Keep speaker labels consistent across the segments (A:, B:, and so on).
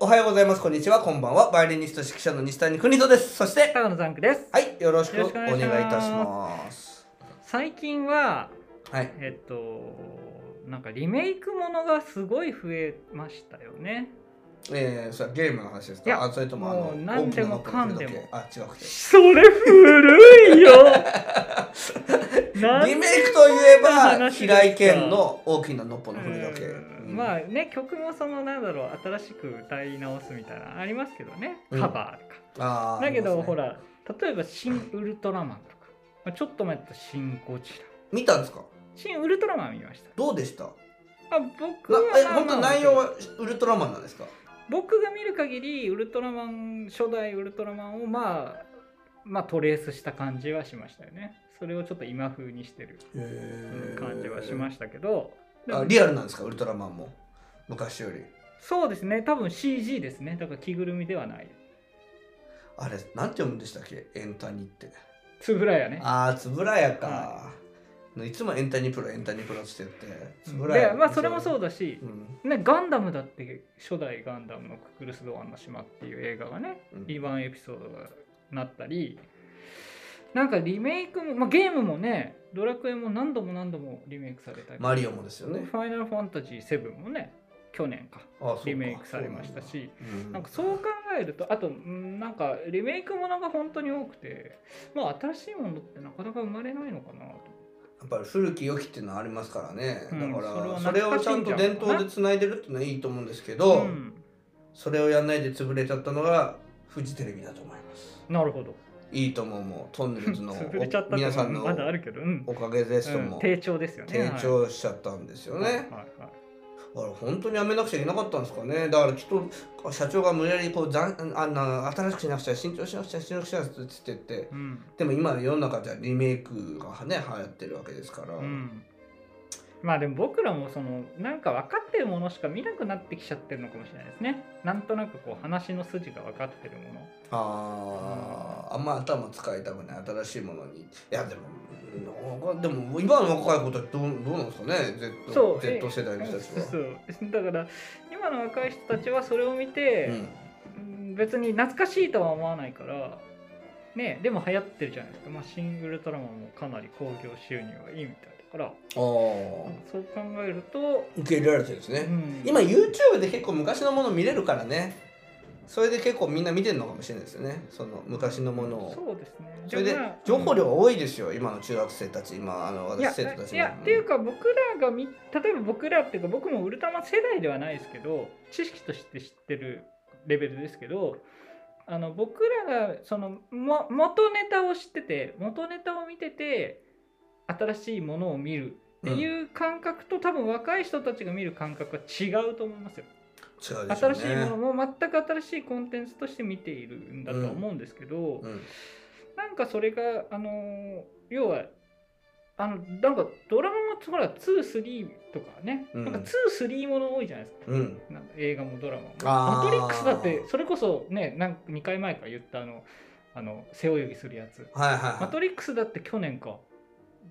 A: おはようございます。こんにちは。こんばんは。バイオリニスト指揮者の西谷邦人です。そして、
B: 高野ザンクです
A: はい、よろしく
B: よ
A: お
B: ろしくお願
A: 願いい
B: いしたます
A: します。
B: 最近は
A: はい。
B: えっとなんかリメイクものがすごい増えましたよね
A: えー、それはゲームの話です
B: いや
A: かあ、それとも、あの
B: もう、何でも
A: 大きなの
B: かんでも
A: あ、違うくて。
B: それ古い よ
A: リメイクといえ
B: なんで
A: ば、
B: も
A: 平井堅の大きなのっぽの振るだけ。
B: うん
A: うん
B: まあね曲もそのなんだろう新しく歌い直すみたいなのありますけどね
A: うん
B: カバーとか、
A: あー
B: だけ
A: あ
B: ど、
A: りますね
B: ほら例えば「新ウルトラマン」とか、まあ、ちょっと前だと「新ゴジラ」
A: 見たんですか
B: 「新ウルトラマン」見ました
A: どうでしたな
B: あ僕は
A: え、
B: まあ
A: 本当
B: まあ
A: 内容はウルトラマンなんですか
B: 僕が見る限りウルトラマン初代ウルトラマンをまあまあトレースした感じはしましたよねそれをちょっと今風にしてるうん感じはしま
A: し
B: したけど、でも
A: あリアルなんですかウルトラマンも。昔より。
B: そうですね多分 CG ですねだから着ぐるみではない
A: あれ、なんて読むんでしたっけエンタニって。
B: つぶらやね
A: ああ、つぶらやか。、
B: はい
A: つもエンタニプロ、エンタニプロって言って。つぶらや
B: でまあそれもそうだし
A: う、ん。
B: ね、ガンダムだって初代ガンダムのククルス・ドアンの島っていう映画がね
A: うん
B: 2番エピソードがなったりなんかリメイクも、まあ、ゲームもねドラクエも何度も何度もリメイクされたり
A: マリオもですよね。
B: ファイナルファンタジー7もね去年か
A: ああそうか
B: リメイクされましたし
A: そうなんだ
B: なんかそう考えるとあとうんなんかリメイクものが本当に多くてまあ新しいものってなかなか生まれないのかなと
A: やっぱり古き良きっていうのはありますからね、
B: うん
A: だからそ
B: そ
A: れ
B: れは
A: を
B: 懐かし
A: ちゃ
B: い
A: ん
B: んじ
A: と
B: ゃん
A: 伝統でつないでるっていうのはいいと思うんですけど、
B: うん
A: それをやんないで潰れちゃったのがフジテレビだと思います
B: なるほど
A: いいと思うもトンネルズの
B: 潰れちゃった
A: 皆
B: と
A: さ
B: か
A: んの
B: まだあるけどうん
A: おかげですと
B: うん
A: も、
B: 低調ですよね
A: 転調しちゃったんですよね、
B: はいはいはい
A: あれ本当にやめなくちゃいけなかったんですかねだからきっと社長が無理やりこうざんあんな新しくしなくちゃ慎重しなくちゃ慎重しなくちゃって言って
B: うん
A: でも今の世の中じゃリメイクがね流行ってるわけですから、
B: うんまあでも僕らもそのなんか分かってるものしか見なくなってきちゃってるのかもしれないですねなんとなくこう話の筋が分かってるもの
A: あーあんま頭使いたくない新しいものにいやでもうんでも今の若い子たちどうどうなんですかね Z,
B: そう
A: Z 世代の人たち
B: そう
A: は。
B: そうだから今の若い人たちはそれを見て
A: う、ん
B: うん別に懐かしいとは思わないからねでも流行ってるじゃないですか、まあ、シングルトラマンもかなり興行収入がいいみたいだから、
A: あー
B: そう考えると、
A: 受け入れられてるんですね、
B: うん
A: 今 YouTube で結構昔のもの見れるからねそれで結構みんな見てるのかもしれないですよねその昔のものを
B: そうですね
A: それで
B: もまあ
A: 情報量が多いですよ今の中学生たち今あの
B: いや
A: 私生徒たち
B: いや
A: も
B: っていうか僕らがみ例えば僕らっていうか僕もウルトラマン世代ではないですけど知識として知ってるレベルですけどあの僕らがそのも元ネタを知ってて元ネタを見てて新しいものを見るっていう感覚と、多分若い人たちが見る感覚は違うと思いますよ。
A: 違うでしょう
B: 新
A: ね
B: しいものも全く新しいコンテンツとして見ているんだとは思うんですけど。
A: うん
B: なんかそれが、あのー要は、あの、なんかドラマも、ほら、2、3とかね、
A: うん
B: なんか2、3もの多いじゃないですか。
A: うん
B: なんか映画もドラマも。
A: あー
B: マトリックスだって、それこそね、なんか2回前から言ったあの、あの背泳ぎするやつ。
A: はいはい
B: マ
A: は
B: トリックスだって去年か、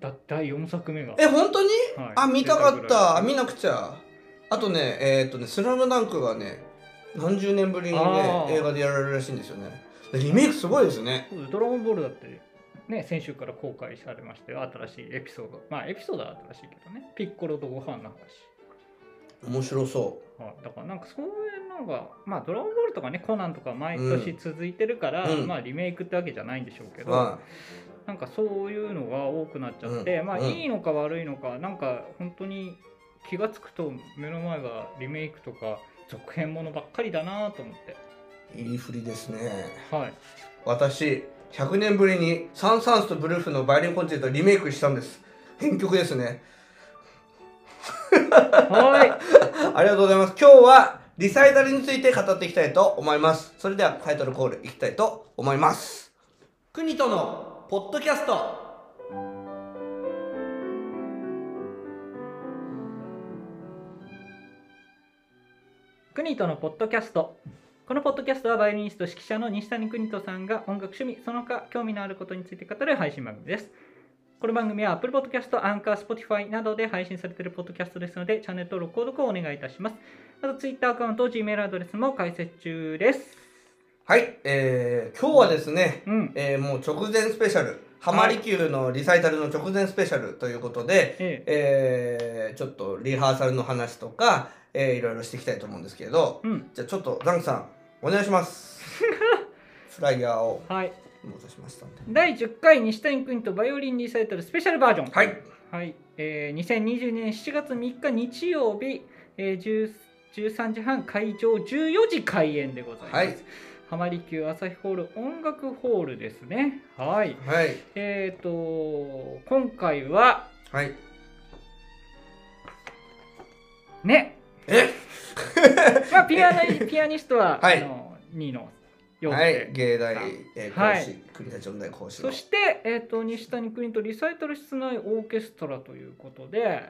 B: だ第4作目が。
A: いえ本当に
B: はい
A: あ見たか
B: 出
A: っ
B: ぐら
A: た
B: い
A: あ見なくちゃあとねえーっとね「スラムダンクがね何十年ぶりにね
B: あー
A: 映画でやられるらしいんですよねリメイクすごいですね
B: そうですドラゴンボールだって、ね、先週から公開されましたよ、新しいエピソード。まあ、エピソードは新しいけどね、ピッコロとご飯の話。
A: 面白そ
B: はい、だからなんかそういうのが、まあ、ドラゴンボールとかね、コナンとか毎年続いてるから、
A: うん
B: まあ、リメイクってわけじゃないんでしょうけ
A: う
B: ど、
A: は
B: なんかそういうのが多くなっちゃって、
A: うん
B: まあ、
A: うん
B: いいのか悪いのか、なんか本当に気がつくと目の前がリメイクとか続編ものばっかりだなと思って、
A: いいい振りですね
B: はい、
A: 私100年ぶりにサン・サーンスとブルーフのバイオリンコンチェルトをリメイクしたんです編曲ですね
B: は
A: ありがとうございます今日はリサイタルについて語っていきたいと思いますそれではタイトルコールいきたいと思います国とのポッドキャスト
B: い、国とのポッドキャストこのポッドキャストはバイオリニスト指揮者の西谷邦人さんが音楽趣味その他興味のあることについて語る配信番組ですこの番組は Apple Podcast、Anchor、Spotify などで配信されているポッドキャストですのでチャンネル登録、購読をお願いいたしますあとツイッターアカウント、G メールアドレスも開設中です。
A: はい、えー、今日はですね、
B: うん。
A: えー、もう直前スペシャル、ハマリキューのリサイタルの直前スペシャルということで、
B: ええ。
A: えー、ちょっとリハーサルの話とか、えー、いろいろしていきたいと思うんですけれど、
B: うん。
A: じゃあちょっとザンクさんお願いします フライヤーを
B: はい。
A: お持たせしましたんで
B: 第10回西谷君とバイオリンリサイタルスペシャルバージョン。
A: はい
B: はい、えー、2022年7月3日日曜日、えー10、13時半会場14時開演でございます。
A: はい
B: 浜離宮朝日ホール音楽ホールですね。はい。
A: はい
B: えーと、今回は、
A: はい
B: ね、
A: え
B: まあ、ピアノピアニストは、
A: はい
B: あの2の4
A: は
B: で、
A: い芸大、えー、講師、
B: はい
A: 国立音大講師の
B: そして、えー、と西谷邦とリサイタル室内オーケストラということで、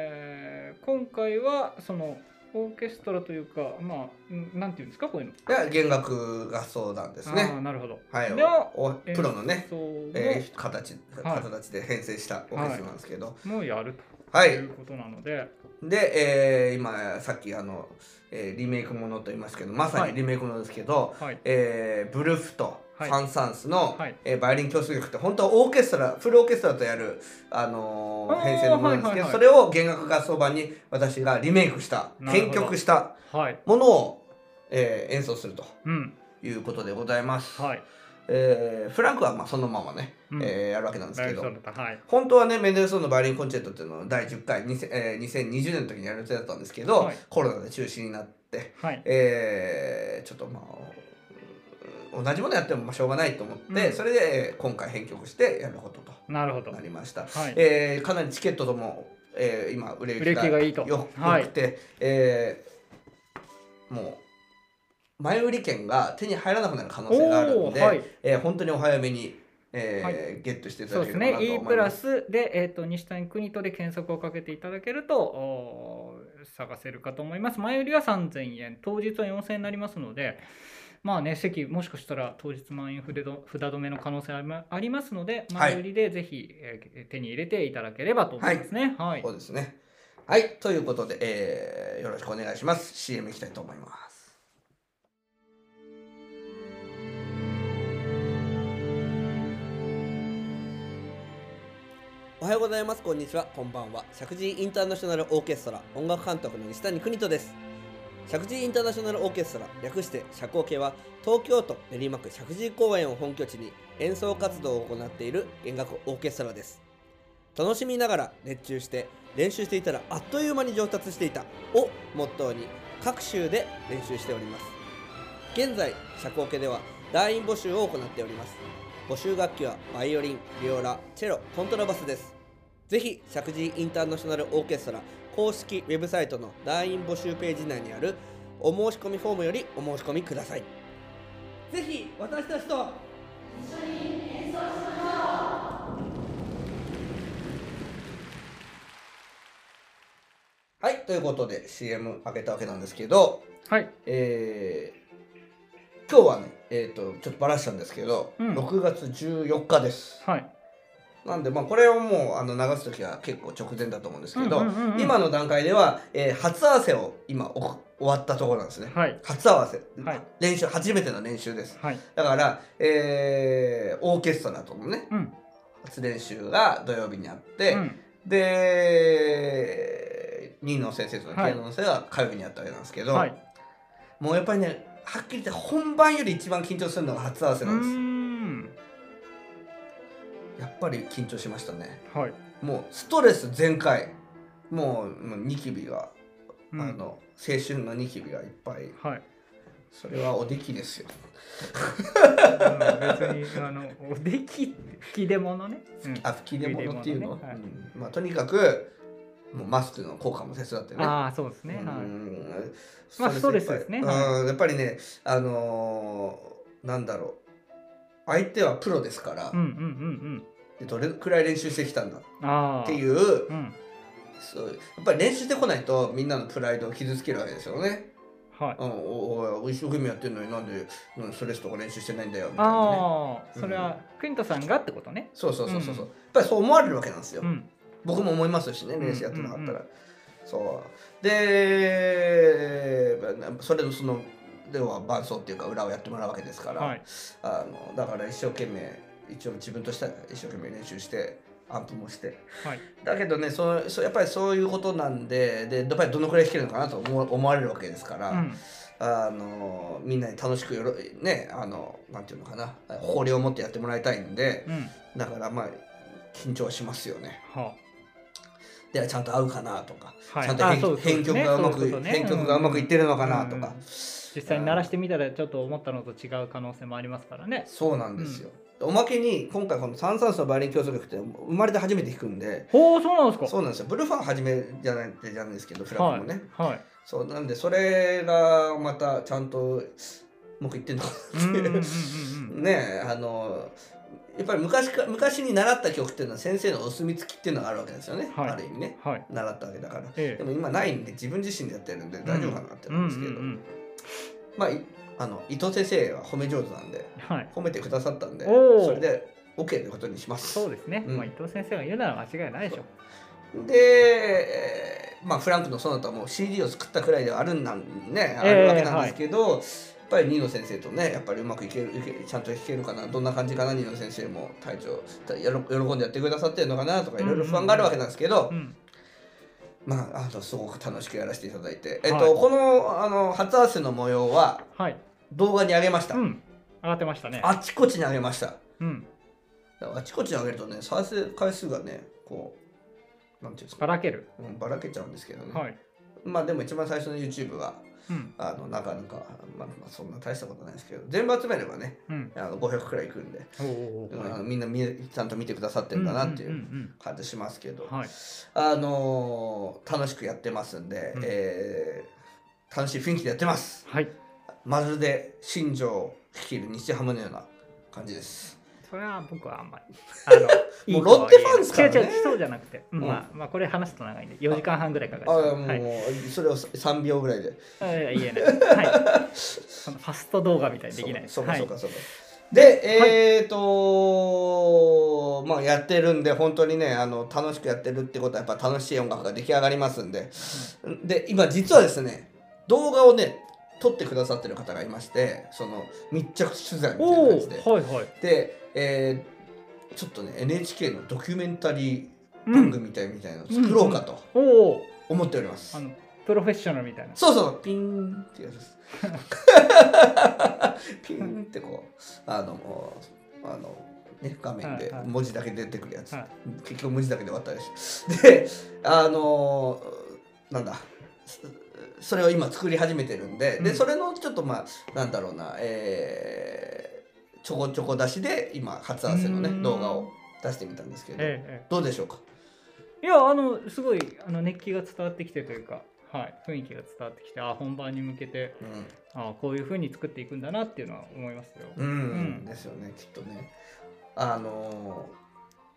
B: えー今回はそのオーケストラというかまあんなんていうんですかこういうの
A: いや弦楽合奏団です
B: あ
A: ね
B: ーなるほど
A: はい
B: では
A: おプロのね、
B: そう
A: えー、形
B: はい
A: 形で編成したオーケストラなんですけど
B: ももうやると
A: はい、
B: いうことなので、
A: で、えー今さっきあの、えーリメイクものと言いますけどまさ
B: は
A: に
B: い
A: リメイクものですけど、
B: はい
A: えーブルフと
B: はい
A: サン・サンスの、
B: はい
A: えーバイオリン教室曲って本当はオーケストラフルオーケストラとやる、あのー
B: あー
A: 編成のものなんですけど、
B: はいはいはい
A: それを弦楽合奏版に私がリメイクした
B: なるほ
A: 編
B: ど
A: 曲した
B: はい
A: ものを、えー演奏すると
B: うん
A: いうことでございます、
B: はい、
A: えーフランクはまあそのままね、
B: うん
A: えーやるわけなんですけど
B: そうだったはい
A: 本当はねメンデルソンのバイオリンコンチェルトっていうのを第10回、2000えー2020年の時にやる予定だったんですけど、
B: はい
A: コロナで中止になって、
B: はい
A: えーちょっとまあうん同じものやってもまあしょうがないと思って、
B: うん
A: それでえー今回編曲してやることと
B: なるほど
A: なりました、
B: はい
A: えーかなりチケットとも、えー今売れ行きが
B: 売れ行きがいいと
A: よ
B: はい
A: 良くて、えーもう前売り券が手に入らなくなる可能性があるの
B: お
A: で、
B: ーはい
A: えー本当にお早めに、えー
B: はい
A: ゲットしていた
B: そう
A: だけ
B: です
A: ればなと
B: ね
A: 思います。
B: E プラスで、えー、と西谷邦人で検索をかけていただけるとおー探せるかと思います前売りは3000円当日は4000円になりますのでまあね席もしかしたら当日満員札ど札止めの可能性ありまありますので
A: はい
B: 前売りでぜひ、えー手に入れていただければと思いますねはい、
A: そうですね。はい、ということで、えーよろしくお願いします。CM いきたいと思います。おはようございます。こんにちは。こんばんは。石神井インターナショナルオーケストラ音楽監督の西谷邦人です。石神井インターナショナルオーケストラ略して社交系は東京都練馬区石神井公園を本拠地に演奏活動を行っている弦楽オーケストラです。楽しみながら熱中して練習していたらあっという間に上達していたをモットーに各州で練習しております現在社交系では団員募集を行っております募集楽器はバイオリンビオラチェロコントラバスですぜひ石神井インターナショナルオーケストラ公式ウェブサイトの団員募集ページ内にあるお申し込みフォームよりお申し込みくださいぜひ私たちとはいということで CM 開けたわけなんですけど
B: はい、
A: えー今日はね、えー、とちょっとバラしたんですけど、
B: うん
A: 6月14日です
B: はい、
A: なんでまあこれをもうあの流す時は結構直前だと思うんですけど、
B: うんうんうんうん
A: 今の段階では、えー初合わせを今お終わったところなんですね、
B: はい
A: 初合わせ、
B: はい
A: 練習初めての練習です
B: はい
A: だから、えーオーケストラとのね
B: うん
A: 初練習が土曜日にあって、
B: うん
A: で2の先生とピアノの先生が火曜日にあったわけなんですけど、
B: はい
A: もうやっぱりねはっきり言って本番より一番緊張するのが初合わ
B: う
A: せ
B: ー
A: なんで
B: ん
A: すやっぱり緊張しましたね
B: はい、
A: もうストレス全開もうもうニキビが、
B: うん
A: あの青春のニキビがいっぱい
B: はい
A: それはおできですよ
B: うん別にあのおできって きでものね、うん
A: あ吹き出物っていうの、
B: 吹き出物ねはい
A: うんまあ、とにかくもうマスクの効果も切だってね
B: ああそうですね、
A: う
B: はい
A: ん
B: まあストレスですね
A: いっぱいうんやっぱりねあのーなんだろう相手はプロですから、
B: うんうんうん
A: でどれくらい練習してきたんだっ
B: うんああ、
A: ていうう、
B: ん、
A: そうやっぱり練習してこないとみんなのプライドを傷つけるわけですよね。
B: はい
A: うん、おお一生懸命やってるのになんでうんストレスとか練習してないんだよみたいなね。
B: ああ、それはクイントさんがってことね。
A: そうそうそうそうそうう。
B: ん
A: やっぱりそう思われるわけなんですよ。
B: うん、
A: 僕も思いますしね
B: ん
A: 練習やってなかったら。
B: うんうん
A: そうでそれのそのでは伴奏っていうか裏をやってもらうわけですから、
B: はい、
A: あのだから一生懸命一応自分としては一生懸命練習してアンプもして
B: はい、
A: だけどねそうそうやっぱりそういうことなんででやっぱりどのくらい弾けるのかなと思思われるわけですから、
B: うん、
A: あのみんなに楽しくよろねあのなんていうのかな誇りを持ってやってもらいたいんで
B: うん、
A: だからまあ緊張はしますよね。
B: は
A: ではちゃんと合うかなとか、
B: あ、はい、
A: ちゃんと
B: あ
A: 編
B: そうです
A: 編曲がうまく
B: そういうことね
A: 編曲がうまくいってるのかなと
B: うんう
A: か、
B: ん実際に鳴らしてみたらちょっと思ったのと違う可能性もありますからね
A: そうなんですよ。おまけに今回この「サンサンスのバイオリン競争曲」って生まれて初めて弾くんで
B: ほうそうなんですか
A: そうなんですよブルーファンは初めじゃないじゃないですけどフラッグもね、
B: はい、はい
A: そうなんでそれがまたちゃんとうまくいってんのかな
B: うんうんうんう
A: って
B: ん うん
A: ねえあのやっぱり昔か昔に習った曲っていうのは先生のお墨付きっていうのがあるわけですよね、
B: はい
A: ある意味ね
B: はい
A: 習ったわけだから
B: え
A: でも今ないんで自分自身でやってるんで大丈夫かなって思うんですけど、
B: うんうんうん
A: まあいあの伊藤先生は褒め上手なんで
B: はい
A: 褒めてくださったんで
B: おー
A: それで OK ということにします
B: そうですね、
A: うん
B: まあ伊藤先生が言うなら間違いないでしょ
A: で、えーまあ、フランクのソナタも CD を作ったくらいではあるんなんね、あるわけなんですけど、やっぱりニーノ先生とねやっぱりうまくいけるいけちゃんと弾けるかなどんな感じかなニーノ先生も体調た喜喜んでやってくださってるのかなとかいろいろ不安があるわけなんですけど、
B: うん
A: まああのすごく楽しくやらせていただいて、えっ
B: はい
A: と、このあの初合わせの模様は
B: はい
A: 動画に上げました、
B: うん上がってましたね
A: あちこちに上げました
B: うん
A: だからあちこちに上げるとね再生回数がねこうなんていうんです
B: ば
A: から
B: ける
A: うんばらけちゃうんですけどね、
B: はい
A: まあでも一番最初の YouTube は
B: うん
A: あのなかなか、まあ、まあそんな大したことないですけど全部集めればね
B: うん
A: あの500くらいいくんで、
B: おうおうおう
A: うん
B: はい
A: みんな見ちゃんと見てくださってるんだなってい
B: ん
A: うん感じしますけど、
B: うんはい
A: あのー楽しくやってますんで、
B: うん
A: えー楽しい雰囲気でやってます
B: はい
A: まるで新庄を率いる西ハムのような感じです
B: それは僕はあんまりあ
A: も
B: の
A: うロッテファンですからね
B: 違う違うそうじゃなくて、うん
A: うん
B: まあまあこれ話すと長いんで4時間半ぐらいかか
A: あ
B: る
A: あもう、
B: はい
A: それを3秒ぐらいで
B: あいや言えないはいそのファスト動画みたいにできないです
A: そうか
B: はい
A: そうかそうか。で、えっ、とまあやってるんで、本当にね、あの、楽しくやってるってことは、やっぱ楽しい音楽が出来上がりますんで、で、今実はですね、動画をね、撮ってくださってる方がいまして、その、密着取材みたいな
B: お
A: 感
B: お
A: じで。
B: ーはいはい
A: で、えーちょっとね、NHK のドキュメンタリー
B: う
A: 番
B: ん
A: 組みたいみたいなのを作ろうかと
B: おお
A: 思っております。
B: あのプロフェッショナルみたいな
A: そうそう、ピンってやつ です。ピンってこう、あの、もうあの、ね、画面で
B: はいはい
A: 文字だけ出てくるやつ。
B: はい
A: 結局文字だけで終わったりし。で、あの、なんだ。そそれを今作り始めてるんで、
B: う
A: で
B: ん
A: それのちょっとまあなんだろうな、えーちょこちょこ出しで今初合わせのね
B: うん
A: 動画を出してみたんですけど、
B: えええ
A: どうでしょうか
B: え、いやあのすごいあの熱気が伝わってきてというか、はい、雰囲気が伝わってきてあ本番に向けて
A: うん
B: あこういうふうに作っていくんだなっていうのは思いますよ。
A: うん、
B: うん
A: ですよねきっとねあの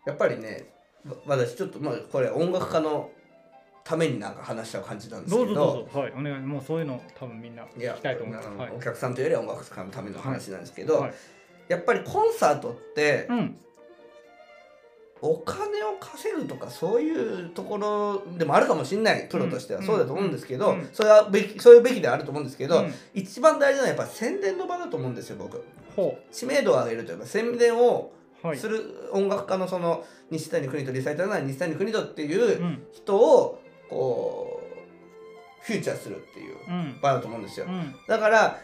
A: ーやっぱりねわ私ちょっとまあこれ音楽家のためになんか話しちゃう感じなんです
B: どう
A: け
B: ぞ
A: ど
B: どうぞ、はい、お願いもうそういうの多分みんない
A: や
B: 聞きたいと思います。
A: あの
B: はい
A: お客さんというよりは音楽家のための話なんですけど、
B: はい、
A: やっぱりコンサートって
B: うん、
A: お金を稼ぐとかそういうところでもあるかもしれないプロとしては
B: うん
A: そうだと思うんですけど、
B: うん
A: それはべきそういうべきではあると思うんですけど、
B: うん
A: 一番大事なのはやっぱ宣伝の場だと思うんですよ僕
B: ほ
A: 知名度を上げるというか宣伝を
B: う、はい、、
A: する音楽家のその西谷邦人リサイタルなら西谷邦人っていううん人をこうフューチャーするっていう
B: うん、
A: 場だと思うんですよ
B: うん、
A: だから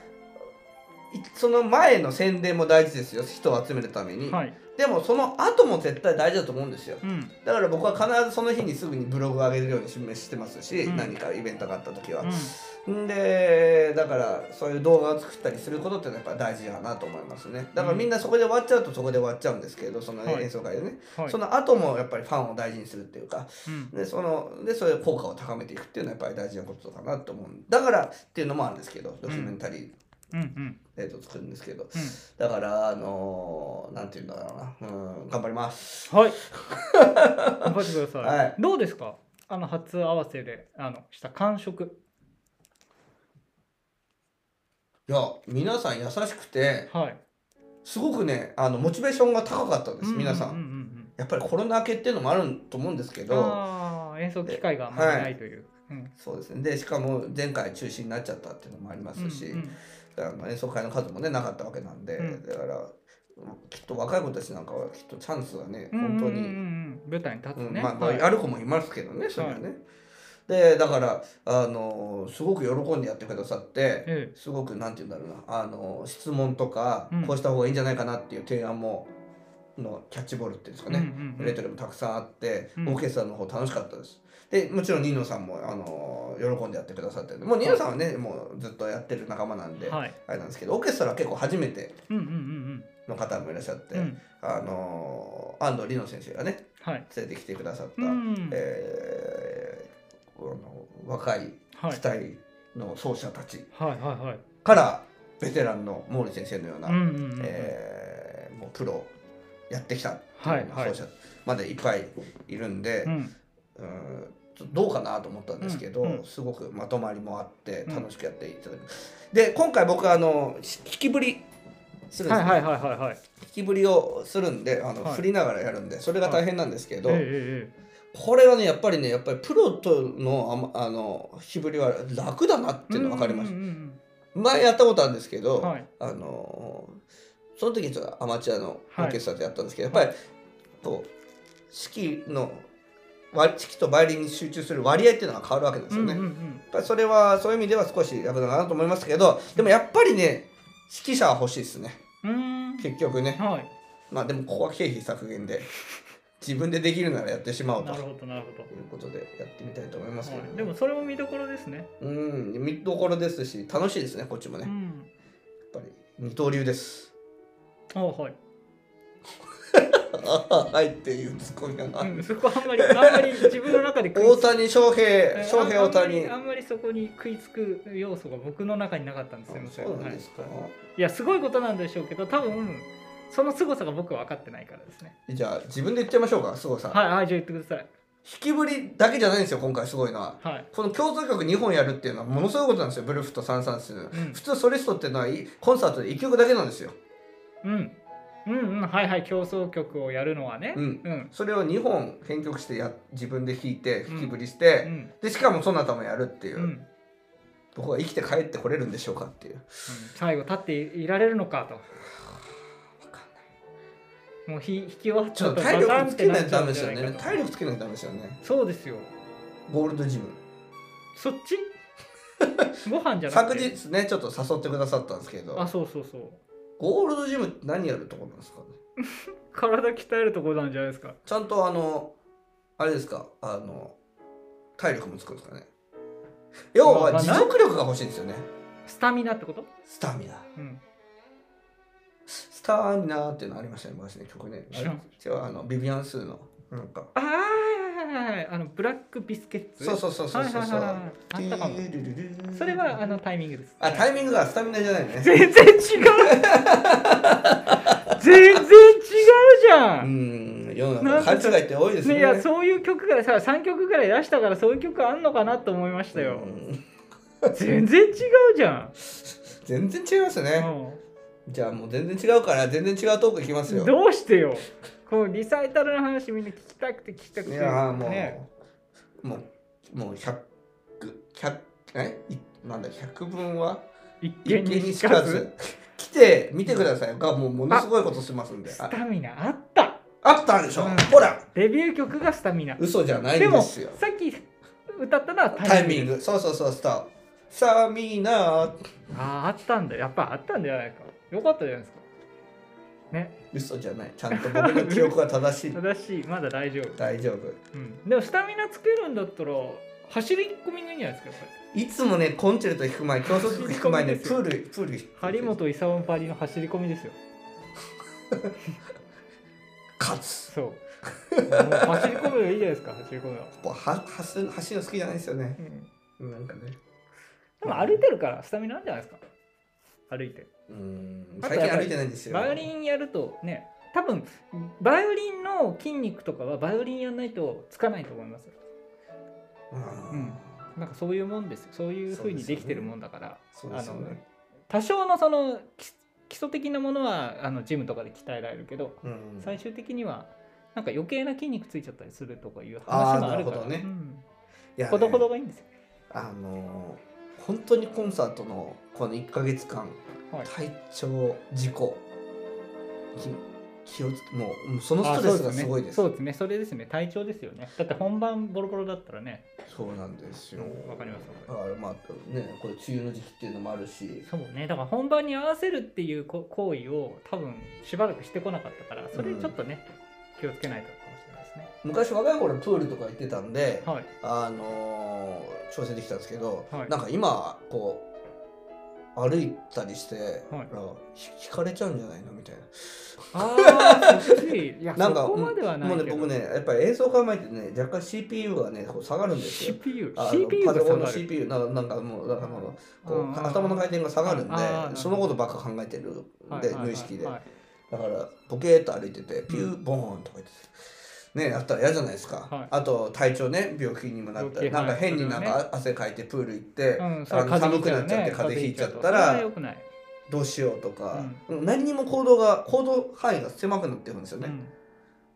A: いその前の宣伝も大事ですよ人を集めるために、
B: はい、
A: でもその後も絶対大事だと思うんですよ
B: うん、
A: だから僕は必ずその日にすぐにブログを上げるように示してますし、
B: うん
A: 何かイベントがあった時は
B: うん、、
A: んでだからそういう動画を作ったりすることってのはやっぱ大事だなと思いますねだからみんなそこで終わっちゃうとそこで終わっちゃうんですけどその
B: はい
A: 演奏会でね、
B: はい、
A: その後もやっぱりファンを大事にするっていうか
B: うん、
A: でそのでそういう効果を高めていくっていうのはやっぱり大事なことかなと思うだからっていうのもあるんですけどドキュメンタリー、
B: うん、うん、
A: えーと作るんですけど
B: う
A: だからあのーなんていうんだろうなうん頑張ります
B: ん、はい、頑張ってください。
A: はい
B: どうですか、あの初合わせであのした感触、
A: いや皆さん優しくて
B: はい、
A: すごくねあのモチベーションが高かったんです、皆さ
B: うんんうんうんうん
A: やっぱりコロナ明けっていうのもあると思うんですけど
B: あー演奏機会があんまりないという。うん
A: そうですねでしかも前回中止になっちゃったっていうのもありますし、
B: うん
A: だからまあ演奏会の数もねなかったわけなんで、
B: うん
A: だからうんきっと若い子たちなんかはきっとチャンスがね
B: うん
A: 本当に、
B: うんうんうんうん舞台に立つ
A: うん
B: ね、
A: まあまあ
B: はい
A: やる子もいますけどね、それはね。でだからあのすごく喜んでやってくださって
B: え
A: すごくなんて言うんだろうなあの質問とか、
B: うん
A: こうした方がいいんじゃないかなっていう提案ものキャッチボールっていうんです
B: え
A: かね、
B: うんうんうん
A: レトロもたくさんあって、
B: うん
A: オーケストラの方楽しかったです。でもちろんニーノさんもあの喜んでやってくださってるんでもうニーノさんはね、もうずっとやってる仲間なんで、
B: はい
A: あれなんですけどオーケストラは結構初めて
B: うんうんうん
A: の方もいらっしゃって、
B: うんうん
A: あの安藤里乃先生がね
B: はい
A: 連れてきてくださった、
B: うん
A: えーあの若い
B: はい
A: 機体の奏者たち
B: はいはいはい
A: からベテランの毛利先生のような、
B: うんうんうん
A: えーもうプロやってきたっていうような
B: はいはい
A: 奏者までいっぱいいるんで、
B: うん
A: うんちょっとどうかなと思ったんですけど、
B: うんうん
A: すごくまとまりもあって
B: うん
A: 楽しくやっていただきで今回僕はあのし引き振りするんです
B: は
A: ね、
B: いはいはいはいはい
A: 引き振りをするんであの、
B: はい
A: 振りながらやるんでそれが大変なんですけど、
B: ええええ
A: これはねやっぱりねやっぱりプロとのあまあの引き振りは楽だなっていうの分かりました、
B: うんうん
A: 前やったことあるんですけ
B: う
A: ど、
B: んはい
A: あのーその時にちょっとアマチュアのオーケストラでやったんですけど、
B: はい
A: やっぱりこう指揮の割指揮とバイオリンに集中する割合っていうのが変わるわけですよね、
B: うんう
A: やっ
B: んうん
A: ぱりそれはそういう意味では少し楽だなと思いますけどでもやっぱりね指揮者は欲しいですね
B: うーん
A: 結局ね
B: はい
A: まあでもここは経費削減 で自分でできるならやってしまおうと
B: なる
A: いう
B: ほどなるほど
A: ことでやってみたいと思いますけど、
B: はいでもそれも見どころですね
A: うん、見どころですし、楽しいですね、こっちもね。
B: う
A: やっ
B: ん
A: ぱり、二刀流 です。
B: あはい
A: ああ、はいっていうツッコミがな。
B: うんそこあんまりあんまり自分の中で食い
A: 大
B: つ
A: 谷翔平、
B: え
A: 翔平
B: あ
A: 大
B: んあんまり
A: 谷。
B: あんまりそこに食いつく要素が僕の中になかったんですすいません
A: そうなんですか。
B: はい、いやすごいことなんでしょうけど多分その凄さが僕は分かってないからですね
A: じゃあ、自分で言っちゃいましょうか、すごさん。
B: はいはいじゃあ言ってください
A: 引き振りだけじゃないんですよ、今回すごいのは。
B: はい
A: この共奏曲2本やるっていうのはものすごいことなんですよ、ブルーフとサンサンスの。
B: ん
A: 普通ソリストっていうのはいコンサートで1曲だけなんですよ。
B: うんうんうんはいはい競争曲をやるのはね
A: うん
B: うん
A: それを2本編曲してや自分で弾いて
B: うん
A: 引き振りし
B: う
A: て、
B: ん
A: でしかもそなたもやるっていうう、
B: んうん
A: 僕は生きて帰ってこれるんでしょうかっていう。
B: 最後立っていられるのかともうひ引き終わっ
A: ち
B: ちゃ
A: ょ
B: う
A: っ
B: と
A: と
B: バ
A: 体
B: タン
A: 力
B: っ
A: つ
B: て
A: け
B: な
A: ない
B: っ
A: と
B: ちゃ
A: ダ
B: う
A: メで
B: んじ
A: す
B: ゃ
A: よ
B: ないかと
A: ね。体力つけないとダメですよね。
B: そうですよ
A: ゴールドジム。
B: そっち ご飯じゃな
A: 昨
B: くて
A: 日ね、ちょっと誘ってくださったんですけ
B: あ
A: ど、
B: そうそうそう
A: ゴールドジムって何やるとこなんですかね。
B: 体鍛えるところなんじゃないですか
A: ちゃんとあの、あれですか、あの、体力もつくんですかね。要は持続力が欲しいんですよね。
B: スタミナってこと
A: スタミナ。
B: うん
A: スタミナっていうのありましたね、昔ね、曲ね。
B: 知ら
A: あ
B: ん
A: れ違う、あの、ビビアンスーの、なんか。
B: ああはいはいはいはいあのブラックビスケッツ
A: そうそうそうそうそうそう。
B: はいはいはいはいあったかも
A: ルルルル
B: それはあのタイミングです
A: あ、タイ
B: ミン
A: ミングがスタミナじゃないね。
B: 全然違う全然違うじゃ、
A: うんん、世の中勘違いって多いですね。
B: ね、いやそういう曲がさ3曲ぐらい出したからそういう曲あんのかなと思いましたよ、
A: うん
B: 全然違うじゃん、
A: 全然違いますね。じゃあもう全然違うから全然違うトークいきます
B: うん
A: よ。
B: どうしてよこうリサイタルの話みんな聞きたくて聞きたく
A: い
B: て
A: やーもう、
B: ね
A: もうもう百百えいなんだ百分は
B: 一
A: 一
B: 見
A: 見に
B: に
A: し
B: し
A: か
B: か
A: ず
B: ず。
A: 来て見てくださいがもうものすごいことしてますんで。
B: ス
A: あ
B: タミナあった
A: あったんでしょ。
B: うん
A: ほら
B: デビュー曲がスタミナ。
A: 嘘じゃない
B: で
A: んで
B: も、
A: す
B: さ
A: よ。
B: っき歌ったのは
A: タイミン。グそうそうそうスタースタミナ
B: ああ、あったんだ。やっぱあったんじゃないか。よかったじゃないですか。ね、
A: 嘘じゃないちゃんと僕の記憶は正 しい
B: 正しい、まだ大丈夫。
A: 大丈夫。
B: うん、でも、スタミナつけるんだったら、走り込みがいいんじゃないですか、やっぱ
A: いつもね、コンチェルト弾く前、競争曲弾く 前ね、プール、プール弾く。
B: り。張本勲パリの走り込みですよ。
A: 勝つ。
B: そう。もう走り込むのいいじゃないですか、走り込むの。
A: こうは、はす、走るの好きじゃないですよね
B: う。ん、
A: なんかね。
B: でも、歩いてるから、スタミナあるんじゃないですか。歩いて。
A: うーん。
B: あと
A: 最
B: や
A: 近
B: っぱり
A: 歩いてないんですよ。
B: バイオリンやるとね多分バイオリンの筋肉とかはバイオリンやんないとつかないと思いますよ
A: あー
B: うんなんかそういうもんですよそういうふうにできてるもんだから、
A: そうで
B: あ
A: すよ
B: の
A: ね。
B: 多少のその基基礎的なものはあのジムとかで鍛えられるけど、
A: うん。
B: 最終的にはなんか余計な筋肉ついちゃったりするとかいう
A: あー
B: 話もあるから
A: なるほどね
B: うん
A: いやね
B: ほどほどがいいんですよ
A: あの本当にコンサートのこの1ヶ月間、
B: はい
A: 体調事故き気をつけもうもうその
B: あ
A: ストレスがすごいです
B: そうね。そうですね、それですね、体調ですよね。だって本番ボロボロだったらね、
A: そうなんですよ
B: わかります
A: だからまあねこれ梅雨の時期っていうのもあるし
B: そうね、だから本番に合わせるっていうこ行為を多分しばらくしてこなかったから、それちょっとね、気をつけないとかもしれないですね。
A: 昔若い頃プールとか行ってたんで、
B: はい。
A: あのー調整できたんですけど、
B: はい
A: なんか今こう歩いたりして、
B: はい
A: らひ引かれちゃうんじゃないのみたいな
B: ああ、そっちい や、
A: なんか
B: そこまではない
A: もう
B: け
A: ね
B: ど。
A: 僕ねやっぱり映像構えてね若干 CPU がねこう下がるんですよ
B: CPU、
A: あの
B: CPU
A: パ
B: が
A: ソ
B: 下
A: コンの
B: がる。
A: CPU ななんかもうなんかもうこ
B: うん
A: う頭の回転が下がるんで
B: あーなるほど
A: そのことばっか考えてるん
B: はい
A: で
B: はいはい
A: 無意識で
B: はい
A: だからボケーっと歩いててピューボーンとか言ってねやったら嫌じゃないですか、
B: はい
A: あと体調ね病気にもなった
B: 病
A: り
B: 気
A: なんか
B: はい
A: 変になん
B: それ
A: か汗かいてプール行って、
B: うん、そ
A: あ
B: れ
A: の
B: 風
A: 寒
B: 邪
A: くなっちゃって
B: ね
A: 風邪ひいちゃったら
B: 風邪ひいちゃうとそれは良くない。
A: どうしようとか、何にも行動が行動範囲が狭くなっていくんですよね、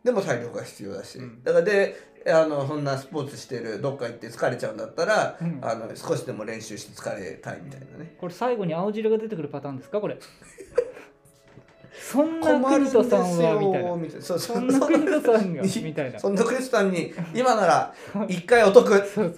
A: でも体力が必要だし、
B: うん
A: だからであのそんなスポーツしてるどっか行って疲れちゃうんだったら、
B: うん
A: あの少しでも練習して疲れたいみたいなね。
B: これ最後に青汁が出てくるパターンですか これそんな
A: 困るん
B: 国
A: ですよ
B: 田さんはみたいな
A: みたいな。そうそ
B: そん
A: う
B: な
A: そん
B: 国
A: な
B: 田さんが
A: い
B: みたいな
A: そ
B: そ
A: んなクリスさんに今な ら一回お得
B: うそう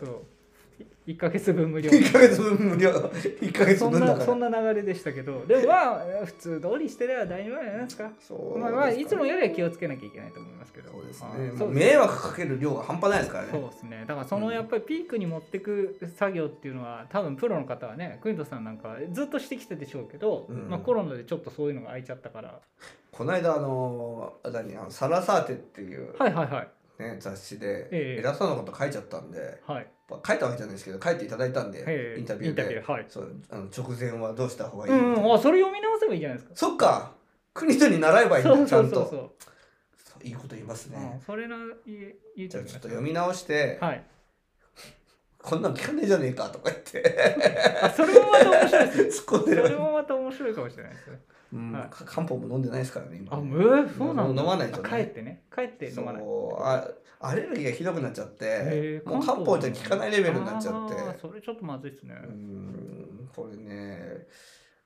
B: 1ヶ月分無料
A: 一ヶ月分無料一ヶ月
B: そん
A: 分だ
B: な
A: から。
B: そんな流れでしたけどでもまあ普通通りしてれば大丈夫じゃないですか
A: そう
B: まあまあいつもよりは気をつけなきゃいけないと思いますけど
A: そうです
B: あ
A: ね。
B: ー
A: も
B: そううですね
A: 迷惑かける量が半端ないですから
B: そう
A: ね。
B: ですねだからそのやっぱりピークに持ってく作業っていうのは多分プロの方はね国田さんなんかずっとしてきたでしょうけど、
A: うん
B: まあ、コロナでちょっとそういうのが空いちゃったから
A: この間あの何あのサラサーテっていう
B: はいはいはい
A: ね雑誌で
B: ええ
A: 偉そうなこと書いちゃったんで。
B: はい
A: まあ書いたわけじゃないですけど書いていただいたんで
B: ええ
A: インタビューで
B: はい。
A: そうあの直前はどうした方がいい、
B: うん、うん、あ、それ読み直せばいいじゃないですか。
A: そっか国とに習えばいいんだ
B: そう
A: ちゃ
B: そ
A: ん
B: う
A: と
B: そうそう。
A: いいこと言いますね、
B: うんそれな、言え、言え
A: じゃあ
B: ゃ
A: ちょっと読み直して、
B: はい。
A: こんなの聞かねえじゃねえかとか言って
B: あ、それもまた面白いですね。
A: 突っ込ん
B: そ
A: でる
B: れ、もまた面白いかもしれないですね。
A: うん
B: はい
A: か漢方も飲んでないですからね今
B: あ、むー、そうなんだ。
A: 飲まないとね
B: あ帰ってね。帰って
A: そ
B: 飲まない。
A: うあアレルギーがひどくなっちゃって
B: へー
A: もう漢方じゃ効かないレベルになっちゃって
B: あーそれちょっとまずいですね。
A: うーんこれね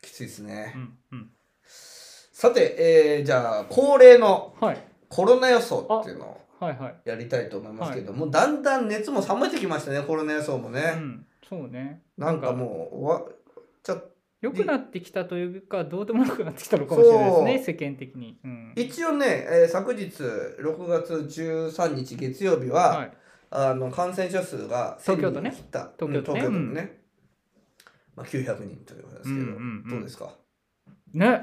A: きついですね、
B: うん、うん。
A: さて、えーじゃあ恒例の
B: はい。
A: コロナ予想っていうのを
B: はいはい。
A: やりたいと思いますけど、もうだんだん熱も冷めてきましたねコロナ予想も
B: う
A: ね、
B: ん、そうね。
A: なんかもう終わっちゃっ
B: 良くなってきたというか、どうでもなくなってきたのかもしれないですね、世間的に。うん。
A: 一応ね、えー昨日6月13日月曜日は、
B: はい。
A: あの感染者数が
B: 東京都ね
A: 1000人切った
B: 東京都ね
A: うん東京都ねまあ、900人ということですけど、
B: うんうんうん
A: どうですか
B: ね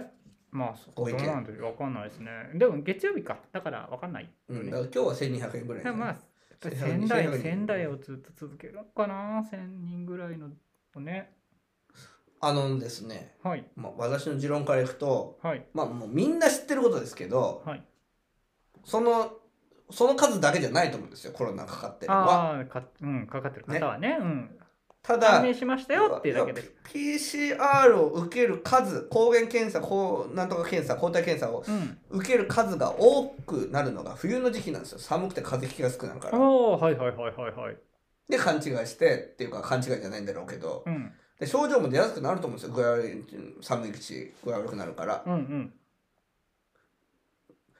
B: まあそ
A: ご意見
B: どうなんでしょうわかんないですねでも月曜日かだからわかんない、
A: うん、だから今日は1200円ぐらい、
B: でもまあやっぱり仙
A: 1200
B: 台
A: 人
B: 仙台をずっと続けるのかな1000人ぐらいのをね
A: あのですね、
B: はい
A: まあ、私の持論からいくと、
B: はい
A: まあ、もうみんな知ってることですけど
B: はい
A: そのその数だけじゃないと思うんですよコロナかかってるのは。
B: ああか,、うん、かかってる方はねうん
A: ただ
B: 判明しましたよっていうだけです、
A: PCR を受ける数抗原検査抗なんとか検査抗体検査を
B: うん、
A: 受ける数が多くなるのが冬の時期なんですよ寒くて風邪ひきやすくなるか
B: あ
A: ら
B: あはいはいはいはいはい
A: で勘違いしてっていうか勘違いじゃないんだろうけど
B: うん
A: で症状も出やすくなると思うんですよ具合悪い寒いし具合悪くなるから
B: うんうん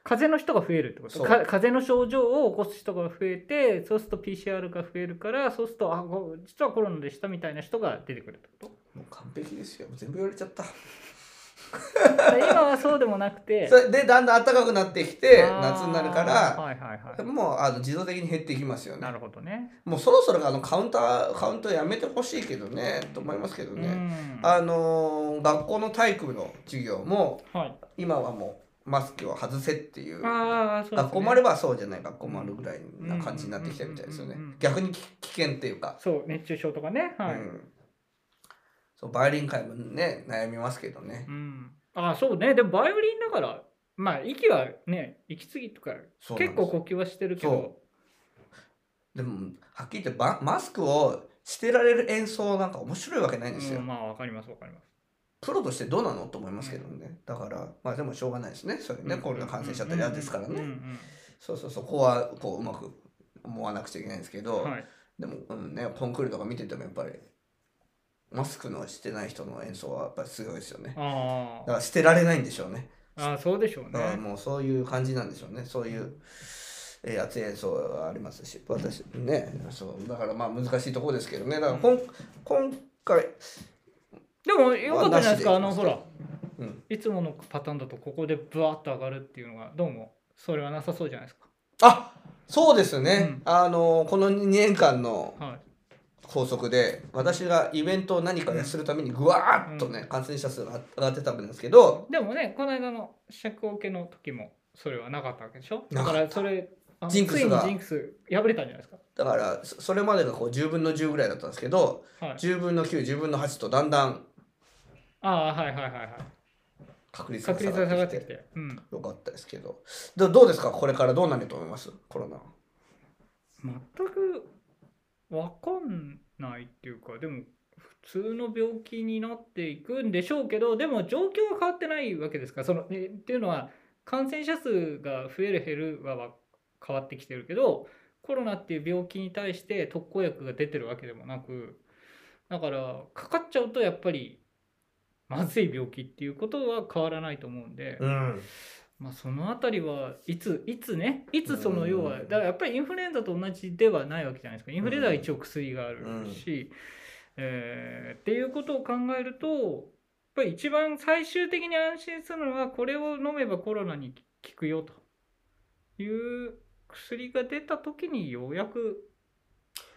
B: 風邪の人が増えるってこと
A: そう
B: か風邪の症状を起こす人が増えてそうすると PCR が増えるからそうするとあこう実はコロナでしたみたいな人が出てくるってこと
A: もう完璧ですよ全部言われちゃった
B: 今はそうでもなくて
A: それでだんだん暖かくなってきて
B: あー
A: 夏になるから
B: はいはいは
A: もうあの自動的に減っていきますよ
B: い
A: ね
B: なるほどね
A: もうそろそろあのカウンターカウントやめてほしいけどねと思いますけど
B: う
A: ね、
B: ん
A: あのー学校の体育の授業も
B: はい
A: 今はもうマスクを外せっていう
B: ああそうですね
A: 学校もあればそうじゃない学校もあるぐらいな感じになってきたみたいですよね
B: うんうんうんうん
A: 逆にき危険っていうか、
B: そう熱中症とかねはい、う
A: うんん、そうバイオリン界もね悩みますけどね
B: ああそうねでもバイオリンだからまあ息はね息継ぎとか
A: そうなん
B: 結
A: です
B: 構呼吸はしてるけ
A: そ
B: ど
A: でもはっきり言ってバマスクをしてられる演奏なんか面白いわけないんですよ、
B: うんまあわかりますわかります
A: プロとしてどうなのと思いますけどねだからまあでもしょうがないですねそれね、コロナ感染しちゃったら嫌ですからね、
B: うんうんうんうん
A: そうそうそうここはこううまく思わなくちゃいけないんですけど、
B: はい
A: でも、うんね、コンクールとか見ててもやっぱりマスクのしてない人の演奏はやっぱりすごいですよね
B: あ
A: だか
B: ー
A: ら捨てられないんでしょうね
B: あーそうでしょう
A: だから
B: ね
A: もうそういう感じなんでしょうねそういう、えー熱い演奏はありますし私ねそうだからまあ難しいところですけどねだからこん今回
B: でもよかったじゃないですか
A: ま
B: あ
A: あな
B: の
A: し
B: ほ
A: で
B: ら
A: うん
B: いつものパターンだとここでブワーッと上がるっていうのがどうもそれはなさそうじゃないですか
A: あそうですね、
B: うん
A: あのこの2年間の
B: はい
A: 法則で私がイベントを何かするためにぐわーっとね、感染者数が上がってたんですけど
B: でもねこの間の社交受けの時もそれはなかったわけでしょだ
A: なか
B: か
A: った
B: らそれあの
A: ジンクスが
B: ついにジンクス破れたんじゃないですか
A: だからそそれまでがこう10分の10ぐらいだったんですけど
B: はい
A: 10分の910分の8とだんだん
B: ああはいはいはいはい
A: 確率が
B: 確
A: 下
B: 率が下
A: が
B: が
A: っ
B: ってて
A: き
B: き
A: て
B: てうん
A: よかったですけどどどうですかこれからどうなると思いますコロナ
B: 全くわかんないっていうかでも普通の病気になっていくんでしょうけどでも状況は変わってないわけですからそのえっていうのは感染者数が増える減るはわ変わってきてるけどコロナっていう病気に対して特効薬が出てるわけでもなくだからかかっちゃうとやっぱりまずい病気っていうことは変わらないと思うんで。
A: ん
B: まあ、そのあたりはいついつねいつその
A: うん
B: 要はだからやっぱりインフルエンザと同じではないわけじゃないですかインフルエンザは一応薬があるし、えーっていうことを考えるとやっぱり一番最終的に安心するのはこれを飲めばコロナに効くよという薬が出た時にようやく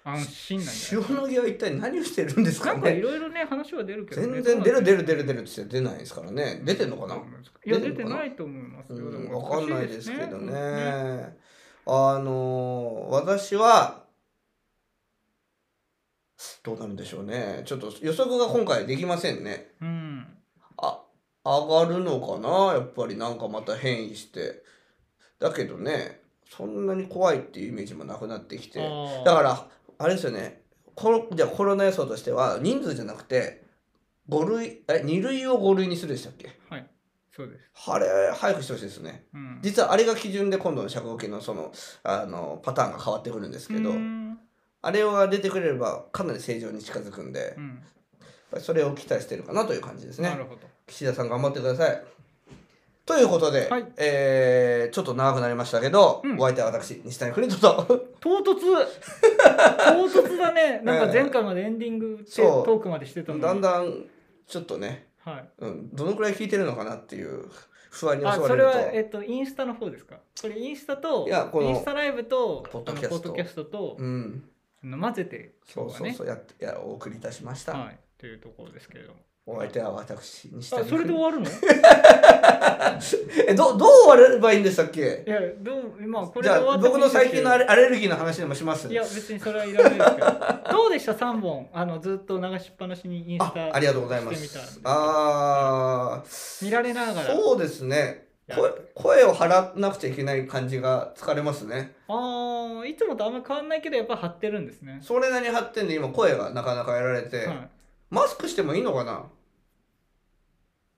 B: 安心なんじ
A: 塩
B: ゃないですか
A: の際一体何をしてるんです
B: な
A: か
B: んかい
A: ね
B: ろいろね話は出るけどね、
A: 全然出る出る出
B: る
A: る出るって言って出ないですからね出てんのかない出
B: や出
A: て
B: て
A: んのかな
B: ないと思いますよ、
A: う
B: で
A: ん、
B: も
A: わかんないですけどね。
B: ね
A: あの私はどうなるんでしょうね。ちょっと予測が今回できませんね。
B: うん
A: あ上がるのかなやっぱりなんかまた変異して。だけどねそんなに怖いっていうイメージもなくなってきて。
B: あー
A: だから、あれですよね。コロじゃあコロナ予想としては、人数じゃなくて、5類、え、2類を5類にするでしたっけ
B: はい、そうです。
A: あれ、早くしてほしいですね。
B: うん、
A: 実はあれが基準で今度の社交系のその、あの、パターンが変わってくるんですけど
B: う、ん
A: あれが出てくれればかなり正常に近づくんで
B: う、ん
A: それを期待してるかなという感じです
B: な
A: ね
B: る。ほど。
A: 岸田さん頑張ってください。ということで、
B: はい
A: えーちょっと長くなりましたけど、
B: うん
A: お相手は私、西谷邦人 と、
B: 唐突唐突だ ね。なんか前回までエンディングって
A: そう
B: トークまでしてたのに。
A: だんだん、ちょっとね、
B: はい。
A: うん、どのくらい聞いてるのかなっていう不安に
B: あ、
A: 襲わ
B: そ
A: れ
B: れ
A: る
B: は
A: と。
B: えっとインスタの方ですか。これインスタと
A: いやこの
B: インスタライブと
A: ポッドキャスト
B: あのポッドキャストと、
A: うん、
B: あの混ぜて
A: そ
B: 今
A: う
B: 日は
A: そう
B: ね。
A: そう、やってやお送りいたしました。
B: はい。というところですけれども。
A: お相手は私西
B: あ、
A: 谷
B: それで
A: 邦人。
B: 終わるの？い
A: えどどう終わればいいんでしたっけ？
B: や、どうまあこれ
A: じ
B: で
A: ゃ
B: 終わ
A: あ
B: っても
A: 僕
B: いいん
A: の
B: ですけど
A: 最近のアレアレルギーの話でもします。
B: いや別にそれはいらないですけどどうでした3本あのずっと流しっぱなしにインス
A: あ
B: タ
A: ありがとうございま
B: してみたんですけ。ど
A: あー
B: 見られながら
A: そうですね。
B: や
A: 声声を張らなくちゃいけない感じが疲れますね。
B: ああいつもとあんま変わんないけどやっぱ張ってるんですね、
A: それなりに張ってんで今声がなかなかやられて、
B: は、
A: マスクしてもいいのかな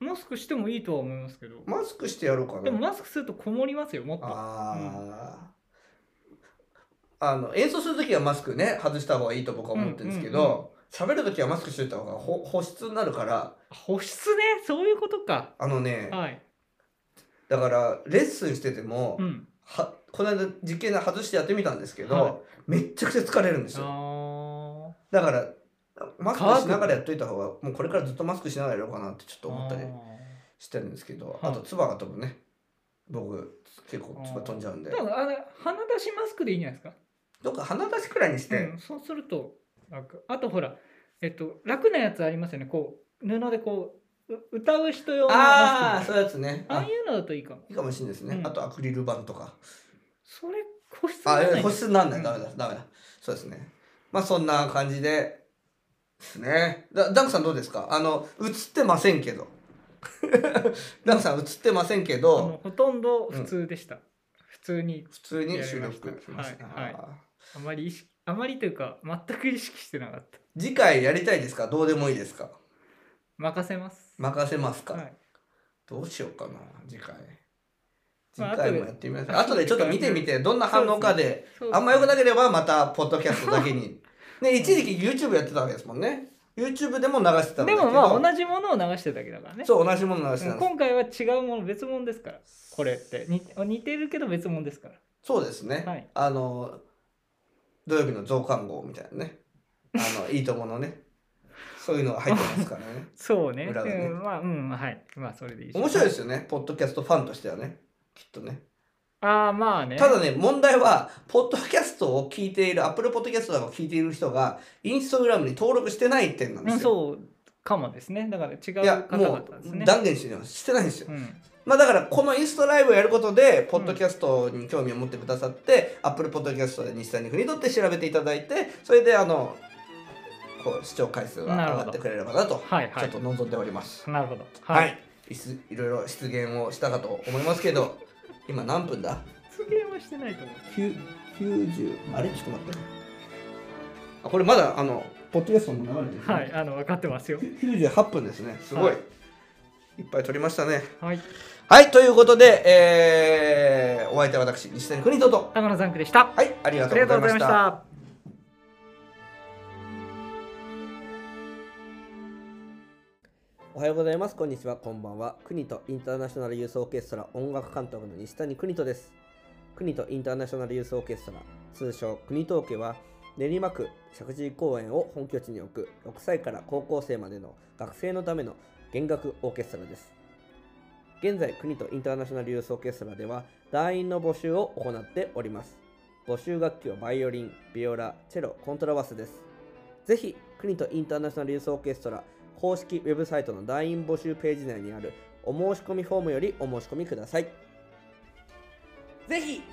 A: い
B: マスクしてもいいとは思いますけど、
A: マスクしてやろうかな。
B: でもマスクするとこもりますよもっと
A: ああ、あの演奏するときはマスクね外した方がいいと僕は思ってるんですけど喋、るときはマスクしてた方がほ保湿になるから
B: 保湿ねそういうことか
A: あのね、
B: はい、
A: だからレッスンしてても、
B: うん、
A: はこの間実験で外してやってみたんですけど、
B: はい
A: めっちゃくちゃ疲れるんですよ
B: あ
A: だからマスクしながらやっといた方がもうこれからずっとマスクしながらやろうかなってちょっと思ったり
B: り
A: してるんですけど
B: あ
A: あ
B: ー
A: と唾が飛ぶね僕結構唾飛んじゃうんで
B: 多分あれ鼻出しマスクでいいんじゃないですか
A: どっか鼻出しくらいにして、
B: うん、そうすると楽あとほら、えっと、楽なやつありますよねこう布でこうう歌う人用の
A: あ
B: マ
A: あ
B: ス
A: そ
B: ク
A: ういうやつね
B: ああ
A: あ
B: いうのだといいかも
A: いいかもしれないですね、
B: うん
A: あとアクリル板とか
B: それ保湿
A: あ
B: じゃない
A: 保湿になんない、
B: うん
A: ダメだダメだそうですねまあそんな感じでですねだダンクさんどうですかあの映ってませんけど ダンクさん映ってませんけ
B: あ
A: ど
B: のほとんど普通でした、普通に
A: 普通に収録
B: やりました
A: しました、
B: はいはい
A: あー
B: あまり意識あまりというか全く意識してなかった
A: 次回やりたいですかどうでもいいですか
B: 任せます、
A: 任せますか、
B: はい、
A: どうしようかな次回次
B: まあ
A: 回も
B: 後で
A: やってみましょう、後でちょっと見てみてどんな反応かで
B: そうですね
A: あんま良くなければまたポッドキャストだけにね、一時期 YouTube やってたわけですもんね。YouTube でも流してたんだ
B: で
A: けど。
B: もまあ同じものを流してるだけだからね
A: そう、同じもの流してたんです。
B: 今回は違うもの別物ですからこれって似似てるけど別物ですから
A: そうですね。
B: はい
A: あの、土曜日の増刊号みたいなね。あの、いいとものね。そういうのが入ってますからね。
B: そうね
A: 裏がね
B: うん、まあうんはいまあそれでいいし
A: 面白いですよね。ポッドキャストファンとしてはね。きっとね。
B: ああまあね
A: ただね、問題は、ポッドキャストを聞いている、Apple Podcast とかを聞いている人が、インスタグラムに登録してない点なんで
B: うん
A: すよ。
B: そうかもですねだから違
A: いうや、
B: 方
A: も
B: 々です
A: う
B: ね
A: 断言してますしてないんですよ。
B: うん
A: まあだからこのインスタライブをやることでポッドキャストに興味を持ってくださって、アップルポッドキャストで西谷に取って調べていただいてそれであのこう視聴回数が
B: なる
A: 上
B: ほど
A: がってくれればなと
B: はいは
A: ちょ
B: い
A: っと望んでおります
B: なるほど
A: はい、いす、いろいろ出現をしたかと思いますけど今何分だ
B: 発言はしてないと思う
A: 9 90あれちょっと待ってあこれまだあのポッドキャストも流れてる、
B: はい、あの分かってますよ。
A: 98分ですねすごい、
B: はい
A: い、いっぱい撮りましたね
B: はい、
A: はい、ということで、えー、お相手は私、西谷邦人と、
B: 高野さんくでした。
A: はい、ありが
B: あ
A: と
B: り
A: う
B: が
A: ご
B: と
A: ざ
B: う
A: いまし。
B: ございましたた。
C: おはようございます。こんにちは。こんばんは。国とインターナショナルユースオーケストラ音楽監督の西谷邦人です。国とインターナショナルユースオーケストラ、通称国東家は、練馬区石神井公園を本拠地に置く6歳から高校生までの学生のための弦楽オーケストラです。現在、国とインターナショナルユースオーケストラでは、団員の募集を行っております。募集楽器はバイオリン、ビオラ、チェロ、コントラバスです。ぜひ、国とインターナショナルユースオーケストラ公式ウェブサイトの団員募集ページ内にあるお申し込みフォームよりお申し込みください。ぜひ